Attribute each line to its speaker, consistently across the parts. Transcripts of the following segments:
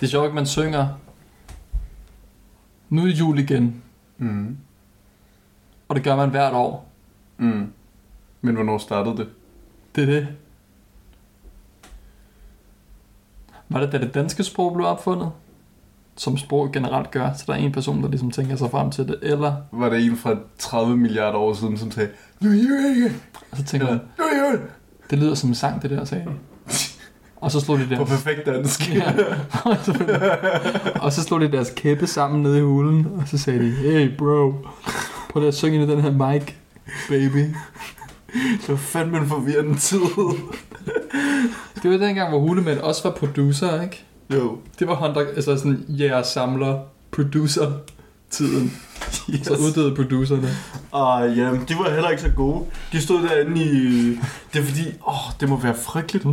Speaker 1: Det er sjovt, at man synger, nu er det jul igen,
Speaker 2: Mm.
Speaker 1: og det gør man hvert år.
Speaker 2: Mm. Men hvornår startede det?
Speaker 1: Det er det. Var det da det danske sprog blev opfundet? Som sprog generelt gør, så der er en person, der ligesom tænker sig frem til det. Eller
Speaker 2: Var det en fra 30 milliarder år siden, som sagde, nu er jul igen,
Speaker 1: så tænker
Speaker 2: eller
Speaker 1: man,
Speaker 2: nu er jul,
Speaker 1: det lyder som en sang, det der, sagde de. Og så slog de
Speaker 2: på
Speaker 1: deres...
Speaker 2: perfekt dansk.
Speaker 1: Ja, selvfølgelig. og så slog de deres kæppe sammen nede i hulen, og så sagde de, hey bro, prøv lige at synge ind i den her mic, baby.
Speaker 2: Det var fandme en forvirrende tid.
Speaker 1: Det var dengang, hvor hulemænd også var producer, ikke?
Speaker 2: jo.
Speaker 1: Det var Hunter, altså sådan, yeah, samler producer tiden. Yes. Så uddøde producerne.
Speaker 2: Og Ah, ja, de var heller ikke så gode. De stod derinde i... Det er fordi, åh, det må være frygteligt.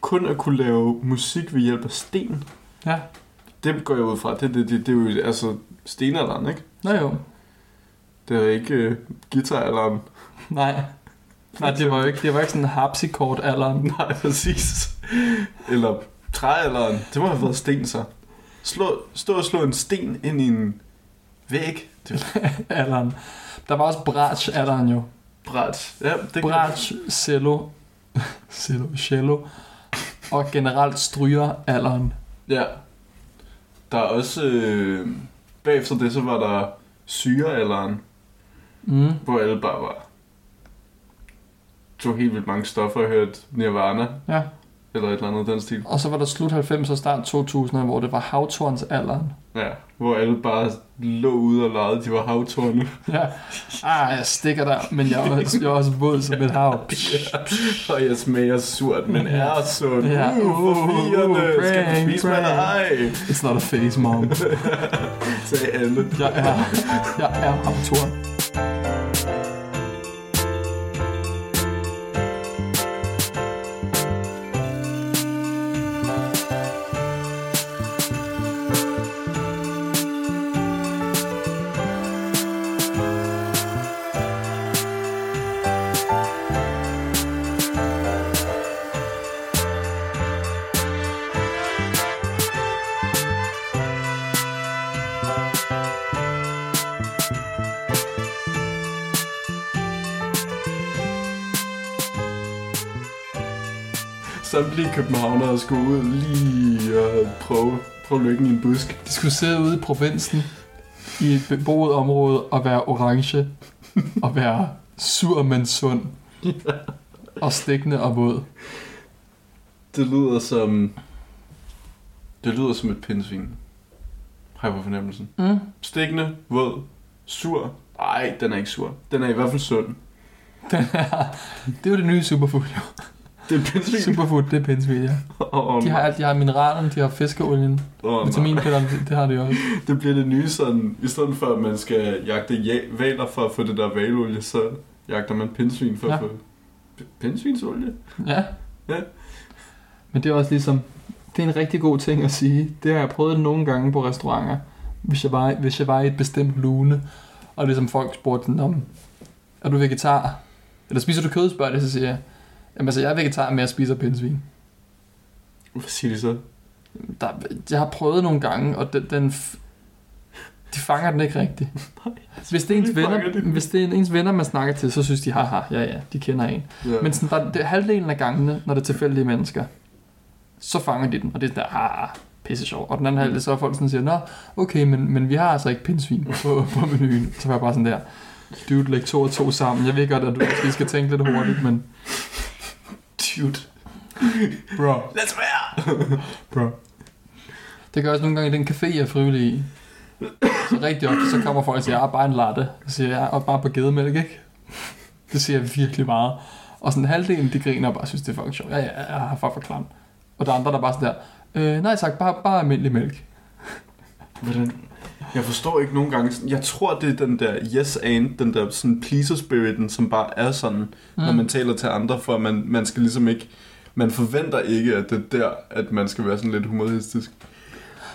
Speaker 2: Kun at kunne lave musik ved hjælp af sten.
Speaker 1: Ja.
Speaker 2: Det går jeg ud fra. Det, det, det, det er jo altså stenalderen, ikke?
Speaker 1: Nå jo.
Speaker 2: Det er ikke øh, guitaralderen.
Speaker 1: Nej. Nej, det var jo ikke, det var ikke sådan harpsichord alderen.
Speaker 2: Nej, præcis. Eller træalderen. Det må have været sten, så. Slå, stå og slå en sten ind i en væg. Det var
Speaker 1: alderen. Der var også bratsch alderen jo.
Speaker 2: bræt. Ja, det kan-
Speaker 1: Bratsch, cello, cello, cello og generelt stryger alderen.
Speaker 2: Ja. Der er også... Øh, bagefter det, så var der syrealderen,
Speaker 1: Mm.
Speaker 2: hvor alle bare var... Tog helt vildt mange stoffer og hørte Nirvana,
Speaker 1: Ja.
Speaker 2: eller et eller andet i den stil.
Speaker 1: Og så var der slut 90'er og start 2000'erne, hvor det var havtorns alderen.
Speaker 2: Ja, hvor alle bare lå ude og legede, de var havtorne.
Speaker 1: Ja. Ah, jeg stikker der, men jeg er også, jeg er også våd som et hav.
Speaker 2: Og jeg smager surt, men er sund.
Speaker 1: Ja.
Speaker 2: Uh, forvirrende.
Speaker 1: Uh,
Speaker 2: Skal du
Speaker 1: prank,
Speaker 2: spise mig eller ej?
Speaker 1: It's not a face, mom.
Speaker 2: Sagde alle.
Speaker 1: Jeg er, jeg er havtorn.
Speaker 2: Samtlige københavnere skulle ud lige og prøve, prøve lykken i en busk.
Speaker 1: De skulle sidde ude i provinsen i et beboet område og være orange og være sur, men sund. Og stikkende og våd.
Speaker 2: Det lyder som... Det lyder som et pindsvin. Har jeg på fornemmelsen.
Speaker 1: Mm.
Speaker 2: Stikkende, våd, sur. Ej, den er ikke sur. Den er i hvert fald sund.
Speaker 1: Den er, det er jo det nye superfood. jo.
Speaker 2: Det er et pindsvin.
Speaker 1: Superfood, det er pindsvin, ja.
Speaker 2: Oh,
Speaker 1: De har alt, de har mineralerne, de har fiskeolien, vitaminpillerne, det- det har de også.
Speaker 2: Det bliver det nye sådan, i stedet for at man skal jagte ja- valer for at få det der valolie, så jagter man pindsvin for ja.
Speaker 1: Ja.
Speaker 2: at få p- pindsvinsolie.
Speaker 1: Ja.
Speaker 2: Ja.
Speaker 1: Men det er også ligesom, det er en rigtig god ting at sige. Det har jeg prøvet nogle gange på restauranter, hvis jeg var, hvis jeg var i et bestemt lune, og ligesom folk spurgte den om, er du vegetar? Eller spiser du kød, spørger de, så siger jeg, jamen altså jeg er vegetar, men jeg spiser pindsvin.
Speaker 2: Hvad siger de så?
Speaker 1: Der, jeg har prøvet nogle gange, og den, den f- de fanger den ikke rigtigt. Hvis det, er ens
Speaker 2: selvfølgelig
Speaker 1: venner,
Speaker 2: fanger de den.
Speaker 1: hvis det er ens venner, man snakker til, så synes de, haha, ja ja, de kender en.
Speaker 2: Ja.
Speaker 1: Men sådan, der, det, er halvdelen af gangene, når det er tilfældige mennesker, så fanger de den, og det er sådan der, ah, pisse sjov. Og den anden halvdel, så er folk sådan siger, nå, okay, men, men vi har altså ikke pindsvin på, på menuen. Så var jeg bare sådan der, dude, læg to og to sammen. Jeg ved godt, at du måske skal tænke lidt hurtigt, men
Speaker 2: dude.
Speaker 1: bro,
Speaker 2: Let's være!
Speaker 1: bro. Det gør jeg også nogle gange i den café, jeg er frivillig i. Så rigtig ofte, så kommer folk og siger, ah, bare en latte. Så siger jeg, "Ah, og bare på gedemælk, ikke? Det siger jeg virkelig meget. Og sådan halvdelen, de griner og bare synes, det er fucking sjovt. Ja, ja, ja, har fuck for klam. Og der er andre, der bare sådan der, øh, nej tak, bare, bare almindelig mælk.
Speaker 2: Hvordan? Jeg forstår ikke nogle gange, sådan- jeg tror det er den der yes and, den der sådan pleaser spiriten, som bare er sådan, mm. når man taler til andre, for man, man skal ligesom ikke, man forventer ikke, at det er der, at man skal være sådan lidt humoristisk.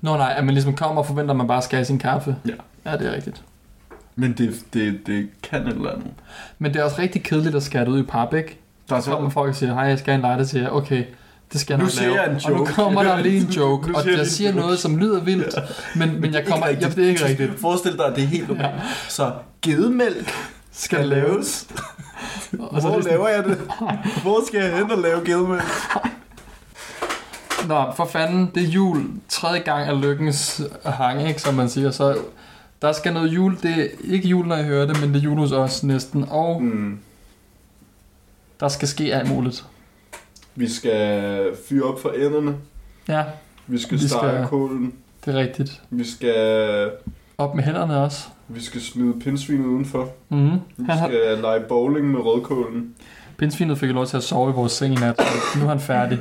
Speaker 1: Nå nej, at man ligesom kommer og forventer, at man bare skal have sin kaffe.
Speaker 2: Ja.
Speaker 1: Ja, det er rigtigt.
Speaker 2: Men det, det, det kan et eller andet.
Speaker 1: Men det er også rigtig kedeligt at skære det ud i pap, ikke?
Speaker 2: Der er
Speaker 1: Så kommer
Speaker 2: så,
Speaker 1: folk og siger, hej, jeg skal have en latte, siger jeg, okay, Det skal jeg
Speaker 2: Nu
Speaker 1: nok
Speaker 2: siger
Speaker 1: lave.
Speaker 2: jeg en
Speaker 1: Og nu
Speaker 2: joke.
Speaker 1: kommer der lige en joke,
Speaker 2: Nu
Speaker 1: og
Speaker 2: siger jeg
Speaker 1: jeg
Speaker 2: lige en
Speaker 1: siger
Speaker 2: joke.
Speaker 1: noget, som lyder vildt, men, men jeg kommer... Jeg, det er ikke rigtigt.
Speaker 2: Forestil dig, at det er helt okay. Så gedemælk skal laves.
Speaker 1: Og så er
Speaker 2: Hvor
Speaker 1: det sådan,
Speaker 2: laver jeg det? Hvor skal jeg hen og lave gedemælk?
Speaker 1: Nå, for fanden, det er jul. Tredje gang er lykkens hang, ikke, som man siger. Så der skal noget jul. Det er ikke jul, når jeg hører det, men det er jul hos os næsten. Og
Speaker 2: Mm.
Speaker 1: der skal ske alt muligt.
Speaker 2: Vi skal fyre op for enderne.
Speaker 1: Ja,
Speaker 2: Vi skal
Speaker 1: Vi
Speaker 2: stege
Speaker 1: skal-
Speaker 2: kålen.
Speaker 1: det er rigtigt.
Speaker 2: Vi skal,
Speaker 1: Op med hænderne også.
Speaker 2: vi skal smide pindsvinet udenfor.
Speaker 1: Mm.
Speaker 2: Vi
Speaker 1: Han har,
Speaker 2: skal lege bowling med rødkålen.
Speaker 1: pindsvinet fik jo lov til at sove i vores seng i nat. så Nu er han færdig.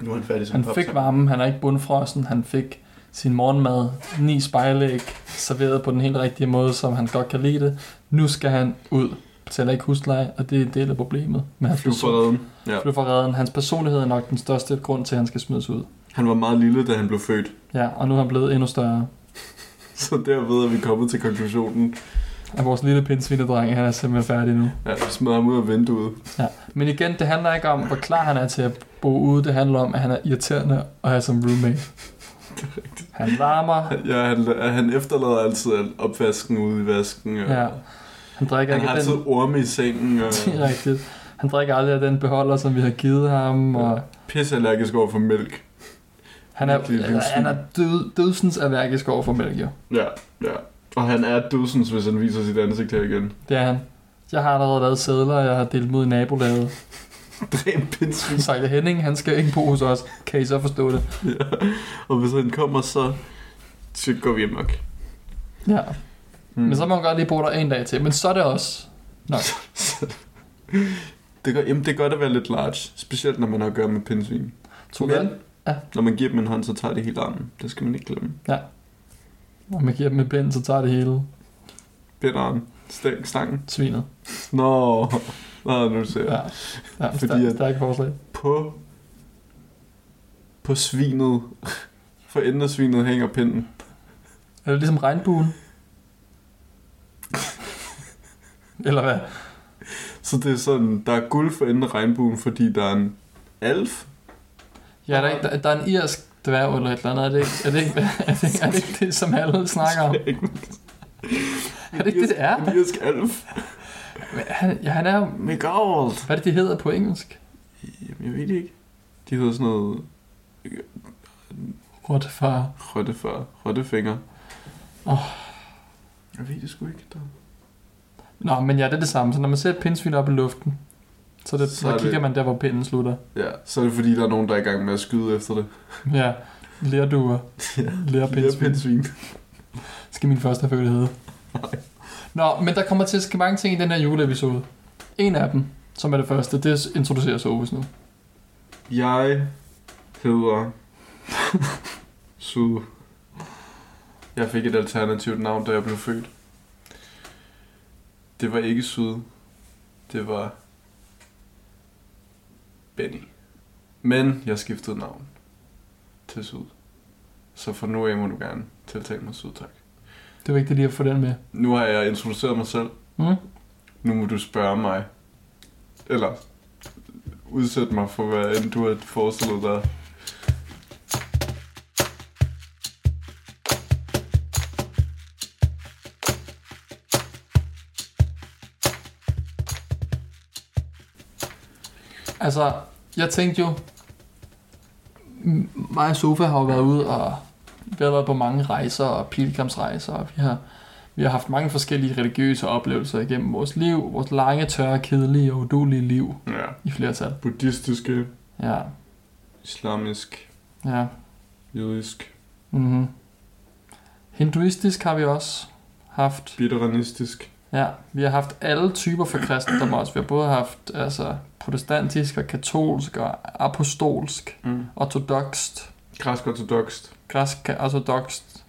Speaker 2: Nu er han færdig som
Speaker 1: Han
Speaker 2: popsang.
Speaker 1: fik varmen, han er ikke bundfrossen. Han fik sin morgenmad, ni spejlæg, serveret på den helt rigtige måde, som han godt kan lide det. Nu skal han ud. Betaler ikke husleje, og det er en del af problemet. Men han
Speaker 2: Flyv for redden. Ja.
Speaker 1: flyforræderen. Hans personlighed er nok den største grund til, at han skal smides ud.
Speaker 2: Han var meget lille, da han blev født.
Speaker 1: Ja, og nu er han blevet endnu større.
Speaker 2: Så derved er vi kommet til konklusionen.
Speaker 1: Og vores lille pindsvinedreng, han er simpelthen færdig nu.
Speaker 2: Ja, vi smider ham ud af vinduet.
Speaker 1: Men igen, det handler ikke om, hvor klar han er til at bo ude. Det handler om, at han er irriterende at have som roommate. Han larmer.
Speaker 2: Ja, han, han efterlader altid alt opvasken ude i vasken. Og
Speaker 1: Ja. Han drikker
Speaker 2: Han
Speaker 1: ikke
Speaker 2: har
Speaker 1: af
Speaker 2: altid
Speaker 1: den...
Speaker 2: orme i sengen. Og
Speaker 1: Det er rigtigt. Han drikker aldrig af den beholder, som vi har givet ham. Og
Speaker 2: pisseallergisk over for mælk.
Speaker 1: han er,
Speaker 2: Virkelig vildsvin.
Speaker 1: han er død, dødsens allergisk over for mælk, jo.
Speaker 2: Ja, ja. Og han er dusens, hvis han viser sit ansigt her igen.
Speaker 1: Det er han. Jeg har allerede lavet sædler, og jeg har delt dem ud i nabolaget.
Speaker 2: Dræb pindsvin.
Speaker 1: Sejle Henning, han skal ikke bo hos os. Kan I så forstå det?
Speaker 2: Ja. Og hvis han kommer, så, så går vi amok.
Speaker 1: Ja.
Speaker 2: Hmm.
Speaker 1: Men så må han godt lige bo der en dag til. Men så er det også.
Speaker 2: det, gør, jamen, det er godt at være lidt large. Specielt når man har at gøre med pindsvin.
Speaker 1: To
Speaker 2: Men-
Speaker 1: Men...
Speaker 2: Når man giver dem en hånd, så tager de hele armen. Det skal man ikke glemme.
Speaker 1: Når man giver dem et pind, så tager det hele
Speaker 2: Bind armen. Stæng, stangen.
Speaker 1: svinet.
Speaker 2: Nå, Nå nu ser jeg.
Speaker 1: Ja. ja
Speaker 2: Fordi
Speaker 1: Fordi...
Speaker 2: at-
Speaker 1: Stærke forslag.
Speaker 2: på på svinet. For enden af svinet hænger pinden.
Speaker 1: Er det ligesom regnbuen? Eller hvad?
Speaker 2: Så det er sådan, der er guld for enden af regnbuen, fordi der er en alf.
Speaker 1: Ja, der, er, ikke- der, der er en irsk dværg eller et eller andet. Er det ikke er det, ikke, er det, ikke, er det, ikke det som alle snakker om? Er det ikke det, det er?
Speaker 2: En irsk alf.
Speaker 1: Men Han, ja, han er jo...
Speaker 2: Med gold.
Speaker 1: Hvad er det, de hedder på engelsk?
Speaker 2: Jamen, jeg ved det ikke. De hedder sådan noget
Speaker 1: Rottefar.
Speaker 2: rottefar, rottefinger.
Speaker 1: Åh.
Speaker 2: Jeg ved det sgu ikke. Der.
Speaker 1: Nå, men ja, det er det samme. Så når man ser et pindsvin op i luften, så, det,
Speaker 2: Så
Speaker 1: så,
Speaker 2: er
Speaker 1: så
Speaker 2: det-
Speaker 1: kigger man der, hvor pinden slutter.
Speaker 2: Ja, så er det fordi, der er nogen, der er i gang med at skyde efter det.
Speaker 1: Ja, lærduer.
Speaker 2: Ja,
Speaker 1: Lærpindsvin.
Speaker 2: pindsvin.
Speaker 1: Skal min første fødte hedde. Nå, men der kommer til at ske mange ting i den her juleepisode. En af dem, som er det første, det introducerer Sofus nu.
Speaker 2: Jeg hedder Sud. Jeg fik et alternativt navn, da jeg blev født. Det var ikke Syd. Det var Benny. Men jeg skiftede navn til Syd. Så for nu af må du gerne tiltale mig Syd, tak.
Speaker 1: Det er vigtigt lige at få den med.
Speaker 2: Nu har jeg introduceret mig selv.
Speaker 1: Mm?
Speaker 2: Nu må du spørge mig. Eller udsætte mig for, hvad end du har forestillet dig.
Speaker 1: Altså, jeg tænkte jo... m- Mig og Sofa har jo været ude og... Vi har været på mange rejser og pilgrimsrejser, og vi har, vi har haft mange forskellige religiøse oplevelser igennem vores liv. Vores lange, tørre, kedelige og udulige liv
Speaker 2: Ja.
Speaker 1: i flertal.
Speaker 2: Buddhistiske,
Speaker 1: Ja,
Speaker 2: islamisk,
Speaker 1: ja.
Speaker 2: jødisk,
Speaker 1: Mm-hmm. Hinduistisk har vi også haft.
Speaker 2: bitteranistisk.
Speaker 1: Ja, vi har haft alle typer for kristendom også. Vi har både haft altså, protestantisk og katolsk og apostolsk,
Speaker 2: Mm.
Speaker 1: ortodokst,
Speaker 2: Græsk ortodokst.
Speaker 1: græsk ortodokst.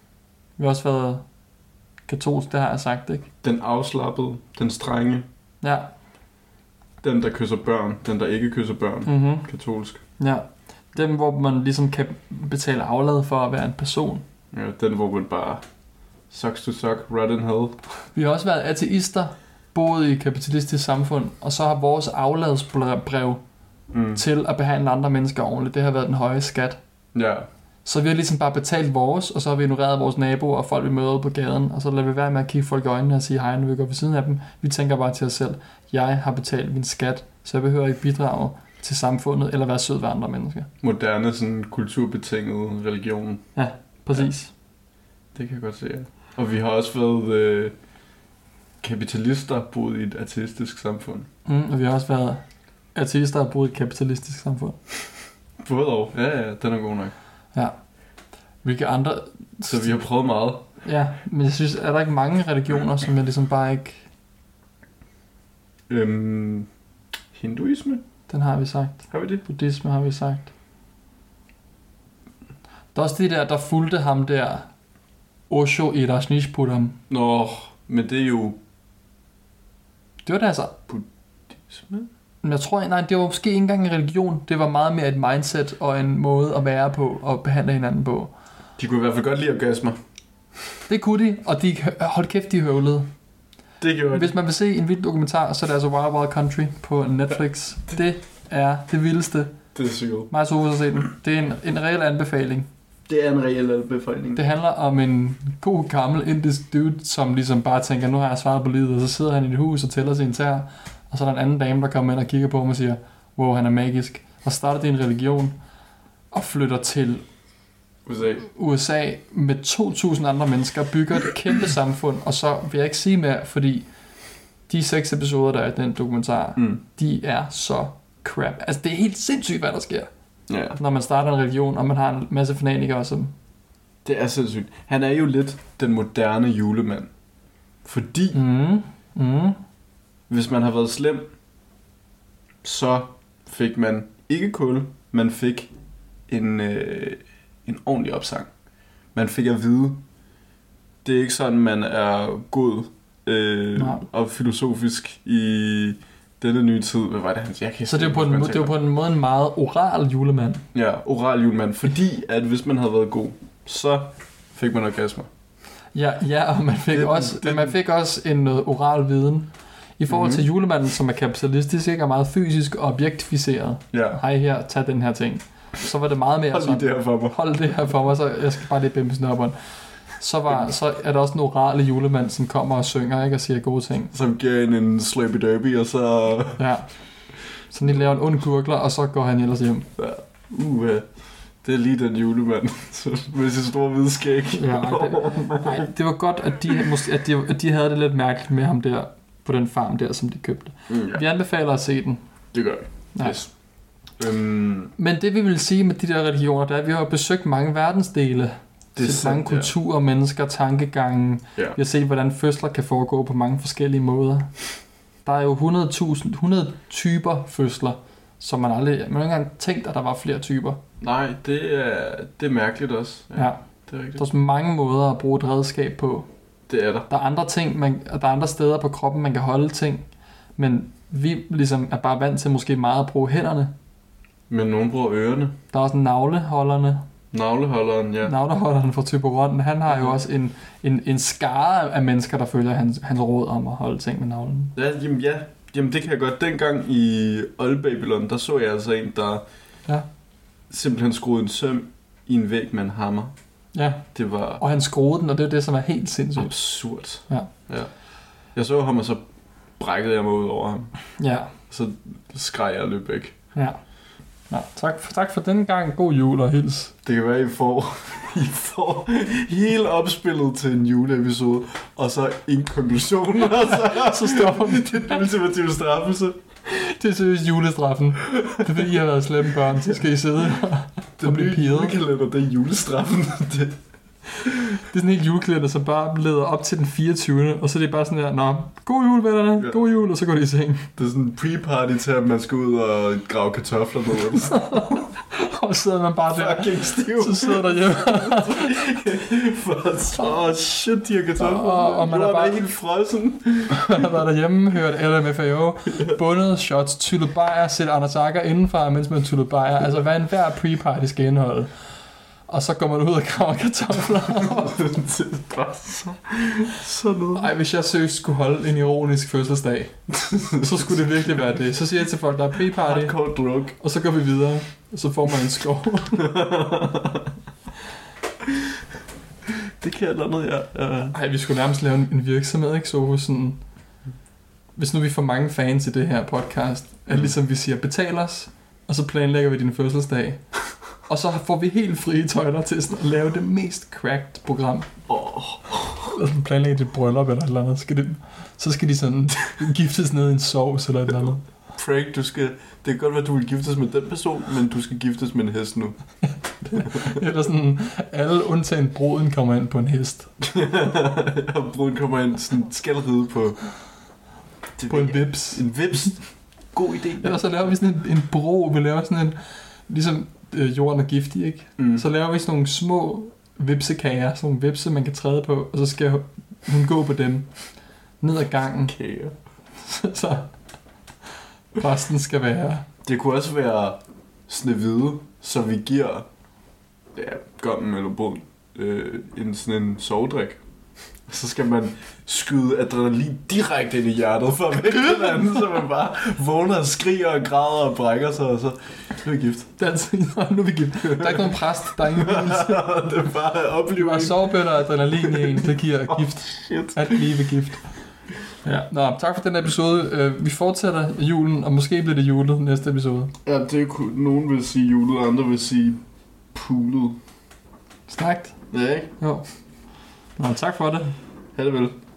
Speaker 1: Vi har også været katolsk, det har jeg sagt, ikke?
Speaker 2: Den afslappede, den strenge,
Speaker 1: Ja,
Speaker 2: den der kysser børn, den der ikke kysser børn. Mm.
Speaker 1: mm-hmm.
Speaker 2: Katolsk.
Speaker 1: ja. Dem, hvor man ligesom kan betale aflad for at være en person.
Speaker 2: Ja, den hvor man bare sucks to suck, rat in hell.
Speaker 1: Vi har også været ateister, boet i et kapitalistisk samfund, og så har vores afladsbrev
Speaker 2: Mm.
Speaker 1: til at behandle andre mennesker ordentligt. Det har været den høje skat.
Speaker 2: Ja.
Speaker 1: Så vi har ligesom bare betalt vores, og så har vi ignoreret vores naboer og folk, vi møder ude på gaden, og så lader vi være med at kigge folk i øjnene og sige hej, når vi går ved siden af dem. Vi tænker bare til os selv, jeg har betalt min skat, så jeg behøver ikke bidrage til samfundet eller være sød ved andre mennesker.
Speaker 2: Moderne, sådan kulturbetinget religion.
Speaker 1: Præcis.
Speaker 2: Det kan jeg godt se, ja. Og vi har også været øh, kapitalister boet i et ateistisk samfund.
Speaker 1: Ja. Mm, og vi har også været artister og boet i et kapitalistisk samfund.
Speaker 2: Både og. Ja, ja, den er god nok.
Speaker 1: Hvilke andre...
Speaker 2: Så vi har prøvet meget.
Speaker 1: Ja, men jeg synes, er der ikke mange religioner, som jeg ligesom bare ikke...
Speaker 2: Øhm, hinduisme?
Speaker 1: Den har vi sagt.
Speaker 2: Har vi det?
Speaker 1: Buddhisme har vi sagt. Der er også de der, der fulgte ham der, Osho i Rajnishpuram.
Speaker 2: Nå, men det er jo...
Speaker 1: Det var da altså...
Speaker 2: buddhisme?
Speaker 1: Men jeg tror, nej, det var måske ikke engang en religion. Det var meget mere et mindset og en måde at være på og behandle hinanden på.
Speaker 2: De kunne i hvert fald godt lide orgasmer.
Speaker 1: Det kunne de, og de, hold kæft, de høvlede.
Speaker 2: Det gjorde de.
Speaker 1: Hvis man vil se en vild dokumentar, så er det altså Wild Wild Country på Netflix. Det er det vildeste.
Speaker 2: Det er sygt.
Speaker 1: Mig og Sofus har set den. Det er en, en reel anbefaling.
Speaker 2: Det er en reel anbefaling.
Speaker 1: Mm. Det handler om en god gammel indisk dude, som ligesom bare tænker, nu har jeg svaret på livet, og så sidder han i et hus og tæller sin tær, og så er der en anden dame, der kommer ind og kigger på ham og siger, wow, han er magisk, og starter det en religion, og flytter til
Speaker 2: USA.
Speaker 1: USA med 2.000 andre mennesker, bygger et kæmpe samfund, og så vil jeg ikke sige mere, fordi de seks episoder, der er i den dokumentar,
Speaker 2: Mm.
Speaker 1: de er så crap. Altså, det er helt sindssygt, hvad der sker,
Speaker 2: Ja.
Speaker 1: når man starter en religion, og man har en masse fanatikere, som
Speaker 2: Det er sindssygt. Han er jo lidt den moderne julemand. Fordi
Speaker 1: Mm. Mm.
Speaker 2: hvis man har været slem, så fik man ikke kul, man fik en, øh, en ordentlig opsang. Man fik at vide, det er ikke sådan, man er god øh,
Speaker 1: Nej.
Speaker 2: og filosofisk i denne nye tid. Hvad var det, han sagde? Jeg kan
Speaker 1: Så det er,
Speaker 2: ikke
Speaker 1: på en,
Speaker 2: huske,
Speaker 1: må-
Speaker 2: hvad
Speaker 1: det er
Speaker 2: han
Speaker 1: på en måde en meget oral julemand.
Speaker 2: sagde. Ja, oral julemand. Fordi at hvis man havde været god, så fik man orgasmer.
Speaker 1: Ja, ja og man fik,
Speaker 2: Det er
Speaker 1: det,
Speaker 2: den-
Speaker 1: også,
Speaker 2: det er
Speaker 1: det, man
Speaker 2: den-
Speaker 1: fik også en noget oral viden. I forhold
Speaker 2: Mhm.
Speaker 1: mm-hmm. til julemanden, som er kapitalistisk, ikke er meget fysisk og objektificeret.
Speaker 2: Ja,
Speaker 1: Hej her, tag den her ting. Så var det meget mere
Speaker 2: hold lige
Speaker 1: sådan,
Speaker 2: det her for mig.
Speaker 1: hold det her for mig, så jeg skal bare lige bimpe snobberen. Så, var, så er der også en orale julemand, som kommer og synger ikke, og siger gode ting.
Speaker 2: Som giver en en slurpy derby, og så...
Speaker 1: Ja. Så lige laver en ond gurgler, og så går han ellers hjem.
Speaker 2: Uh, det er lige den julemand med sin store hvide skæg.
Speaker 1: Ja, nej, det, nej, det var godt, at de, måske, at, de, at de havde det lidt mærkeligt med ham der, på den farm der, som de købte.
Speaker 2: Mm, ja.
Speaker 1: Vi anbefaler at se den.
Speaker 2: Det gør vi.
Speaker 1: Ja.
Speaker 2: Yes. Øhm,
Speaker 1: Men det vi vil sige med de der religioner, det er, at vi har mange besøgt mange verdensdele.
Speaker 2: det er
Speaker 1: set mange
Speaker 2: sandt, ja.
Speaker 1: kulturer, mennesker, tankegange.
Speaker 2: Ja.
Speaker 1: Vi har set, hvordan fødsler kan foregå på mange forskellige måder. Der er jo 100.000, 100 typer fødsler, som man aldrig... Man har ikke engang tænkt, at der var flere typer.
Speaker 2: Nej, det er, det er mærkeligt også.
Speaker 1: Ja. ja.
Speaker 2: Det er
Speaker 1: Der er
Speaker 2: rigtigt.
Speaker 1: så mange måder at bruge et redskab på.
Speaker 2: Det er der.
Speaker 1: Der er andre ting, man, og der er andre steder på kroppen, man kan holde ting. Men vi ligesom er bare vant til måske meget at bruge hænderne.
Speaker 2: Men nogen bruger ørerne.
Speaker 1: Der er også navleholderne,
Speaker 2: Navleholderen, ja.
Speaker 1: ja. navneholderen fra Typeron. Han har jo også en, en, en skare af mennesker, der følger hans, hans råd om at holde ting med navlen.
Speaker 2: Ja, jamen, ja. Jamen, det kan jeg godt. Dengang i Old Babylon, der så jeg altså en, der
Speaker 1: Ja.
Speaker 2: simpelthen skruede en søm i en væg med en hammer.
Speaker 1: Ja,
Speaker 2: Det var
Speaker 1: og han skruede den, og det er det, som er helt sindssygt.
Speaker 2: absurd.
Speaker 1: Ja.
Speaker 2: ja. Jeg så ham, og så brækkede jeg mig ud over ham.
Speaker 1: Ja,
Speaker 2: Så skreg jeg og løb væk.
Speaker 1: ja. Nå, tak, for, tak for den gang. God jul og hils.
Speaker 2: Det kan være, I får, I får hele opspillet til en juleepisode, og så ingen konklusion, og så,
Speaker 1: Så stopper vi.
Speaker 2: det er den ultimative straffelse.
Speaker 1: Det er seriøst julestraffen. Det er fordi, I har været slemme børn, så skal I sidde.
Speaker 2: Den
Speaker 1: Og blive
Speaker 2: nye
Speaker 1: pirret.
Speaker 2: julekalender, det er julestraffen. Det,
Speaker 1: Det er sådan en helt julekalender, som bare leder op til den 24. Og så er det bare sådan der, nå, god jul, vennerne,
Speaker 2: Ja.
Speaker 1: god jul, og så går de i seng.
Speaker 2: det er sådan en pre-party til, at man skal ud og grave kartofler ned. eller sådan
Speaker 1: Og så sidder man bare
Speaker 2: noget.
Speaker 1: der,
Speaker 2: Fucking stiv.
Speaker 1: så sidder der hjemme.
Speaker 2: For så, oh shit, de her kartofler.
Speaker 1: Og- og man er
Speaker 2: Jorden
Speaker 1: bare-
Speaker 2: helt frossen.
Speaker 1: Han har været derhjemme, hørt LMFAO, bundet shots, tyllet bajer, sæt Anders Akker indenfra, mens man tyllet bajer. Altså, hvad enhver pre-party skal indeholde. Og så går man ud og graver kartofler.
Speaker 2: det er bare så, så noget.
Speaker 1: Ej, hvis jeg seriøst skulle holde en ironisk fødselsdag, så skulle det virkelig være det. Så siger jeg til folk, der er pre-party,
Speaker 2: Hardcore drug.
Speaker 1: og så går vi videre. Og så får man en skov.
Speaker 2: Det kan jeg eller andet, jeg... jeg-
Speaker 1: Ej, vi skulle nærmest lave en, en virksomhed, ikke? Så sådan, hvis nu vi får mange fans i det her podcast, at
Speaker 2: Mm.
Speaker 1: ligesom vi siger, betal os, og så planlægger vi din fødselsdag. og så får vi helt frie tøjler til sådan at lave det mest cracked program.
Speaker 2: Åh,
Speaker 1: Lad os planlægge dit bryllup eller et eller andet. Skal det, så skal de sådan giftes ned i en sovs eller et eller andet.
Speaker 2: Frank, du skal... Det kan godt være, du vil giftes med den person, men du skal giftes med en hest nu.
Speaker 1: Eller sådan, alle undtagen bruden kommer ind på en hest.
Speaker 2: og bruden kommer ind sådan skal ride på... Det
Speaker 1: På
Speaker 2: ved
Speaker 1: en
Speaker 2: jeg.
Speaker 1: vips.
Speaker 2: En vips. God idé.
Speaker 1: Eller så laver vi sådan en, en bro, vi laver sådan en, ligesom øh, jorden er giftig, ikke?
Speaker 2: Mm.
Speaker 1: Så laver vi sådan nogle små vipsekager, sådan nogle vipse, man kan træde på, og så skal hun gå på dem ned ad gangen,
Speaker 2: Kager.
Speaker 1: så resten skal være...
Speaker 2: Det kunne også være snevide, så vi giver ja, gommen eller brun øh, en sådan en sovedrik. Så skal man skyde adrenalin direkte ind i hjertet for at vække den anden, så man bare vågner og skriger og græder og brækker sig, og så nu er vi gift.
Speaker 1: Der er, altså, nu er vi gift. Der er ikke nogen præst, der er ingen bil.
Speaker 2: det er bare
Speaker 1: Det var
Speaker 2: oplevelse.
Speaker 1: sovebønder og adrenalin i en, det giver gift.
Speaker 2: Shit.
Speaker 1: At blive gift. Ja. Nå, tak for den episode. Øh, Vi fortsætter julen, og måske bliver det julet næste episode.
Speaker 2: Ja, det kunne, nogen vil sige julet, andre vil sige pulet.
Speaker 1: Snakt.
Speaker 2: Ja, ikke?
Speaker 1: Jo. Nå, tak for det.
Speaker 2: Ha' det vel.